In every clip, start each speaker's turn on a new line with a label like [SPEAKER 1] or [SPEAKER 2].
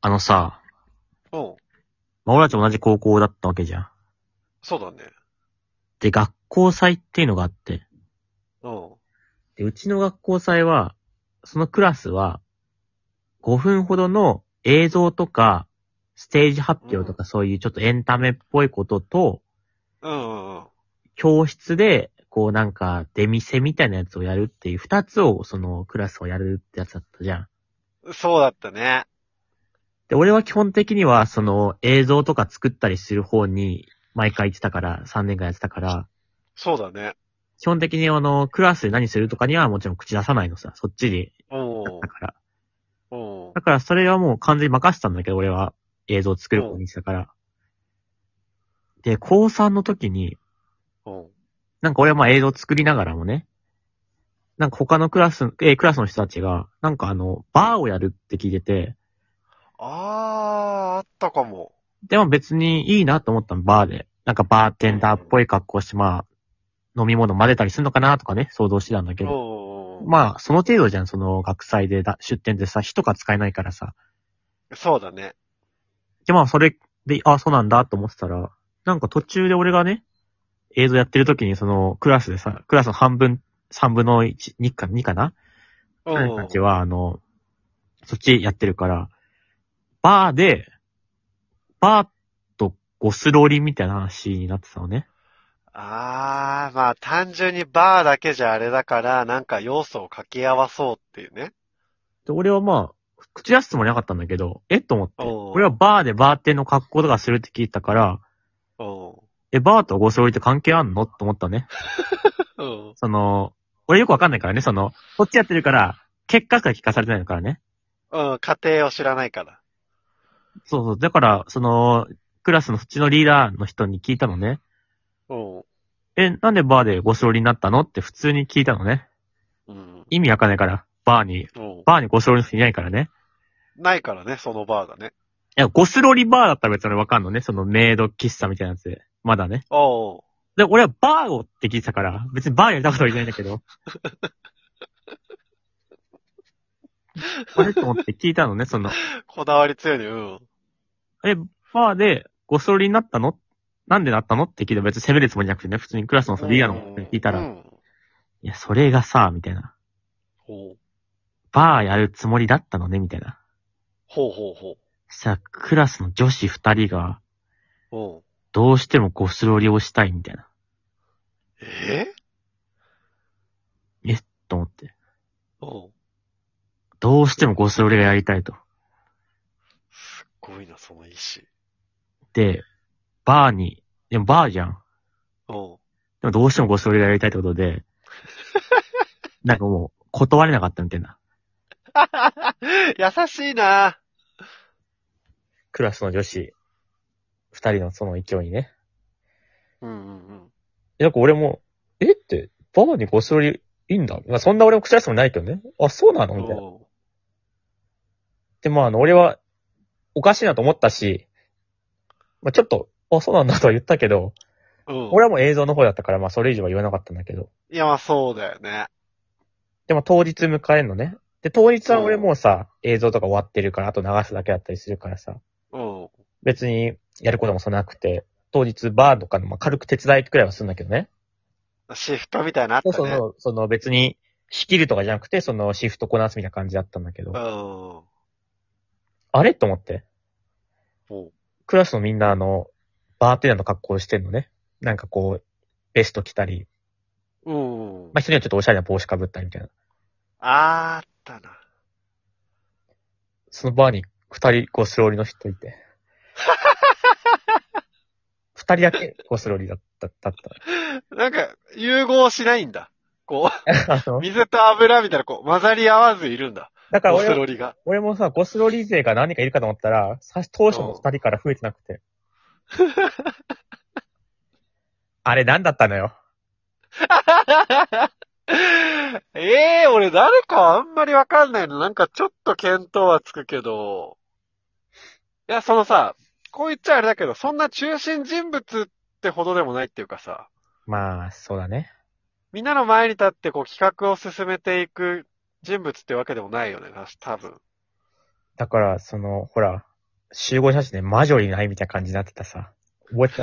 [SPEAKER 1] あのさ、
[SPEAKER 2] うん。
[SPEAKER 1] まあ、俺たち同じ高校だったわけじゃん。
[SPEAKER 2] そうだね。
[SPEAKER 1] で、学校祭っていうのがあって、
[SPEAKER 2] うん。
[SPEAKER 1] で、うちの学校祭は、そのクラスは、5分ほどの映像とか、ステージ発表とかそういうちょっとエンタメっぽいことと、
[SPEAKER 2] うんうんうん。
[SPEAKER 1] 教室で、こうなんか出店みたいなやつをやるっていう二つをそのクラスをやるってやつだったじゃん。
[SPEAKER 2] そうだったね。
[SPEAKER 1] で、俺は基本的にはその映像とか作ったりする方に毎回行ってたから、3年間やってたから、
[SPEAKER 2] そうだね。
[SPEAKER 1] 基本的にあの、クラスで何するとかにはもちろん口出さないのさ、そっちで
[SPEAKER 2] うん
[SPEAKER 1] やったから。
[SPEAKER 2] うん。うん
[SPEAKER 1] だからそれはもう完全に任せたんだけど、俺は映像作る子にしたから。で、高3の時に、
[SPEAKER 2] うん。
[SPEAKER 1] なんか俺はまあ映像作りながらもね、なんか他のクラス、えークラスの人たちが、なんかあの、バーをやるって聞いてて、
[SPEAKER 2] あー、あったかも。
[SPEAKER 1] でも別にいいなと思ったの、バーで。なんかバーテンダーっぽい格好して、まあ、飲み物混ぜたりするのかなとかね、想像してたんだ
[SPEAKER 2] う
[SPEAKER 1] け
[SPEAKER 2] ん
[SPEAKER 1] ど。
[SPEAKER 2] うんうん。
[SPEAKER 1] まあ、その程度じゃん、その学祭でだ出店でさ、火とか使えないからさ。
[SPEAKER 2] そうだね。
[SPEAKER 1] で、まあ、それで、あ、そうなんだと思ってたら、なんか途中で俺がね、映像やってる時に、その、クラスでさ、クラスの半分、三分の一、二か、二かな
[SPEAKER 2] うん
[SPEAKER 1] 彼たちは、あの、そっちやってるから、バーで、バーとゴスロリみたいな話になってたのね。
[SPEAKER 2] あー、まあ単純にバーだけじゃあれだから、なんか要素を掛け合わそうっていうね。
[SPEAKER 1] で、俺はまあ、口出すつもりなかったんだけど、えっと思って。
[SPEAKER 2] おう
[SPEAKER 1] 俺はバーでバーテンの格好とかするって聞いたから、
[SPEAKER 2] うん。
[SPEAKER 1] え、バーとゴスロリって関係あんのと思ったね。
[SPEAKER 2] うん。
[SPEAKER 1] その、俺よくわかんないからね、その、こっちやってるから、結果しか聞かされてないからね。
[SPEAKER 2] うん、家庭を知らないから。
[SPEAKER 1] そうそう。だから、その、クラスのそっちのリーダーの人に聞いたのね。
[SPEAKER 2] うん。
[SPEAKER 1] え、なんでバーでゴスロリになったのって普通に聞いたのね。
[SPEAKER 2] うん。
[SPEAKER 1] 意味わかんないから、バーに、
[SPEAKER 2] うん。
[SPEAKER 1] バーにゴスロリの人いないからね。
[SPEAKER 2] ないからね、そのバーがね。
[SPEAKER 1] いや、ゴスロリバーだったら別に俺わかんのね。そのメイド喫茶みたいなやつで。まだね。
[SPEAKER 2] おう
[SPEAKER 1] で、俺はバーをって聞いてたから、別にバーやりたことはいないんだけ ど。あれと思って聞いたのね、その、
[SPEAKER 2] こだわり強いね、うん。
[SPEAKER 1] え、バーでゴスロリになったのなんでなったのって聞いたら別に責めるつもりじゃなくてね、普通にクラスのリーダーの方に聞いたら、
[SPEAKER 2] う
[SPEAKER 1] い
[SPEAKER 2] ん
[SPEAKER 1] や、それがさ、みたいな。
[SPEAKER 2] ほう
[SPEAKER 1] バーやるつもりだったのね、みたいな。
[SPEAKER 2] ほうほうほう。
[SPEAKER 1] そしたら、クラスの女子二人が、
[SPEAKER 2] うん。
[SPEAKER 1] どうしてもゴスロリをしたい、みたいな。
[SPEAKER 2] え
[SPEAKER 1] と思って。
[SPEAKER 2] うん。
[SPEAKER 1] どうしてもゴスロリがやりたいと。
[SPEAKER 2] すっごいな、その意志。
[SPEAKER 1] で、バーに、でもバーじゃん。
[SPEAKER 2] う
[SPEAKER 1] で
[SPEAKER 2] ん。
[SPEAKER 1] もどうしてもゴスロリがやりたいってこと で、なんかもう、断れなかったみたいな。
[SPEAKER 2] 優しいな。
[SPEAKER 1] クラスの女子、二人のその勢いにね。
[SPEAKER 2] うんうんうん。
[SPEAKER 1] なんか俺も、えって、バーにゴスロリいいんだ。まあそんな俺も口出すもないけどね。あ、そうなのみたいな。
[SPEAKER 2] おう
[SPEAKER 1] で、まああの、俺は、おかしいなと思ったし、まあちょっと、あ、そうなんだとは言ったけど、
[SPEAKER 2] うん。
[SPEAKER 1] 俺はもう映像の方だったから、まあそれ以上は言わなかったんだけど。
[SPEAKER 2] いや、まあそうだよね。
[SPEAKER 1] でも当日迎えんのね。で、当日は俺もうさ、映像とか終わってるから、あと流すだけだったりするからさ。
[SPEAKER 2] うん。
[SPEAKER 1] 別にやることもそんなくて、当日バーとかの、まあ、軽く手伝いくらいはするんだけどね。
[SPEAKER 2] シフトみたいなのあった
[SPEAKER 1] そ
[SPEAKER 2] ね。
[SPEAKER 1] の、その別に仕切るとかじゃなくて、そのシフトこなすみたいな感じだったんだけど、
[SPEAKER 2] うん。
[SPEAKER 1] あれと思って、
[SPEAKER 2] おう
[SPEAKER 1] クラスのみんなあの、バーテンダーの格好をしてんのね。なんかこう、ベスト着たり、
[SPEAKER 2] うん。
[SPEAKER 1] まあ、人にはちょっとおしゃれな帽子かぶったりみたいな。
[SPEAKER 2] あーったな。
[SPEAKER 1] そのバーに二人ゴスローリの人い て。二人だけゴスローリだった、だっ
[SPEAKER 2] なんか、融合しないんだ。こ
[SPEAKER 1] た。 あ
[SPEAKER 2] う、
[SPEAKER 1] の、
[SPEAKER 2] 水と油みたいな、こう、混ざり合わずいるんだ。
[SPEAKER 1] だから
[SPEAKER 2] ゴ
[SPEAKER 1] 俺
[SPEAKER 2] ス
[SPEAKER 1] は
[SPEAKER 2] ロリが。
[SPEAKER 1] 俺もさ、ゴスロリ勢が何人かいるかと思ったら、さ当初の二人から増えてなくて。 あれ何だったのよ。
[SPEAKER 2] ええー、俺誰かあんまりわかんないの。なんかちょっと見当はつくけど。いや、そのさ、こう言っちゃあれだけど、そんな中心人物ってほどでもないっていうかさ、
[SPEAKER 1] まあ、そうだね。
[SPEAKER 2] みんなの前に立ってこう企画を進めていく人物ってわけでもないよね、た多分。
[SPEAKER 1] だから、その、ほら、集合写真で魔女いないみたいな感じになってたさ。覚えて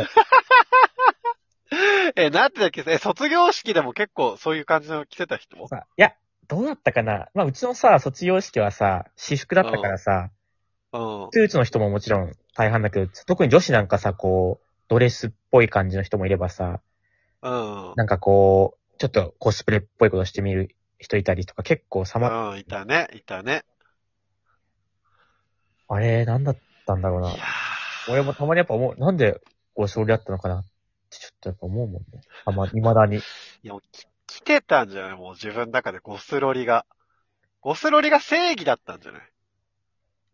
[SPEAKER 1] た
[SPEAKER 2] え、なんてだっけえ、卒業式でも結構そういう感じの着てた人
[SPEAKER 1] さ、いや、どうだったかなまあ、うちのさ、卒業式はさ、私服だったからさ、
[SPEAKER 2] うん。
[SPEAKER 1] スーツの人ももちろん大半だけど、特に女子なんかさ、こう、ドレスっぽい感じの人もいればさ、
[SPEAKER 2] うん。
[SPEAKER 1] なんかこう、ちょっとコスプレっぽいことしてみる人いたりとか、結構様、
[SPEAKER 2] うん、いたね、いたね。
[SPEAKER 1] あれ、なんだったんだろう
[SPEAKER 2] いや
[SPEAKER 1] な。俺もたまにやっぱ思う、なんで、こう、勝利あったのかなってちょっとやっぱ思うもんね。あま、未だに。
[SPEAKER 2] ーいやもうき着てたんじゃないもう自分の中でゴスロリが。ゴスロリが正義だったんじゃない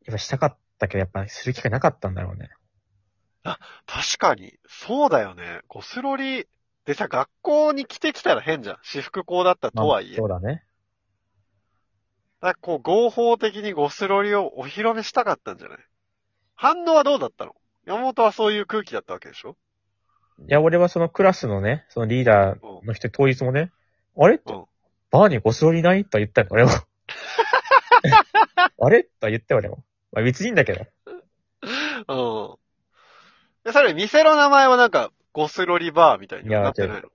[SPEAKER 1] やっぱしたかったけど、やっぱする機会なかったんだろうね。
[SPEAKER 2] 確かに、そうだよね。ゴスロリ、でさ、学校に着てきたら変じゃん。私服校だったとはいえ
[SPEAKER 1] まあそ。うだね。
[SPEAKER 2] だからこう、合法的にゴスロリをお披露目したかったんじゃない反応はどうだったの山本はそういう空気だったわけでしょ
[SPEAKER 1] いや、俺はそのクラスのね、そのリーダー
[SPEAKER 2] う
[SPEAKER 1] の人当日もね、あれって、
[SPEAKER 2] うん
[SPEAKER 1] バーにゴスロリないとは言ったよ、俺も。あれとは言ったよ、俺も。まあ別にいいんだけど。
[SPEAKER 2] ん。うん。で、それ、店の名前はなんか、ゴスロリバーみたいになってないの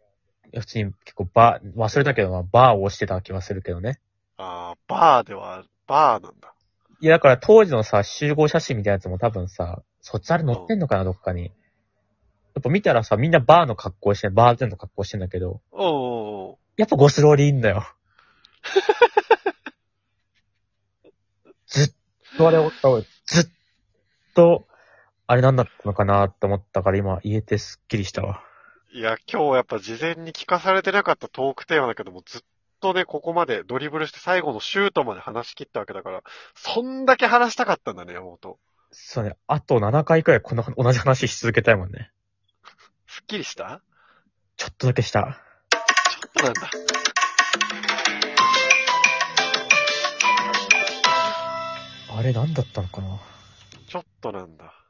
[SPEAKER 1] 普通に結構バー、忘れたけどな、バーを押してた気はするけどね。
[SPEAKER 2] ああ、バーでは、バーなんだ。
[SPEAKER 1] いや、だから当時のさ、集合写真みたいなやつも多分さ、そっちあれ載ってんのかな、どっかに。やっぱ見たらさ、みんなバーの格好して、バーテンの格好してんだけど、
[SPEAKER 2] おうおう
[SPEAKER 1] やっぱゴスロリいんだよ。ずっとあれを、ずっと、あれなんだったのかなって思ったから今言えてスッキリしたわ。
[SPEAKER 2] おういや、今日やっぱ事前に聞かされてなかったトークテーマだけども、ずっとね、ここまでドリブルして最後のシュートまで話し切ったわけだから、そんだけ話したかったんだね、山本。
[SPEAKER 1] そうね、あと7回くらいこんな同じ話し続けたいもんね。
[SPEAKER 2] すっきりした
[SPEAKER 1] ちょっとだけした。
[SPEAKER 2] そうなんだ。
[SPEAKER 1] あれなんだったのかな
[SPEAKER 2] ちょっとなんだ。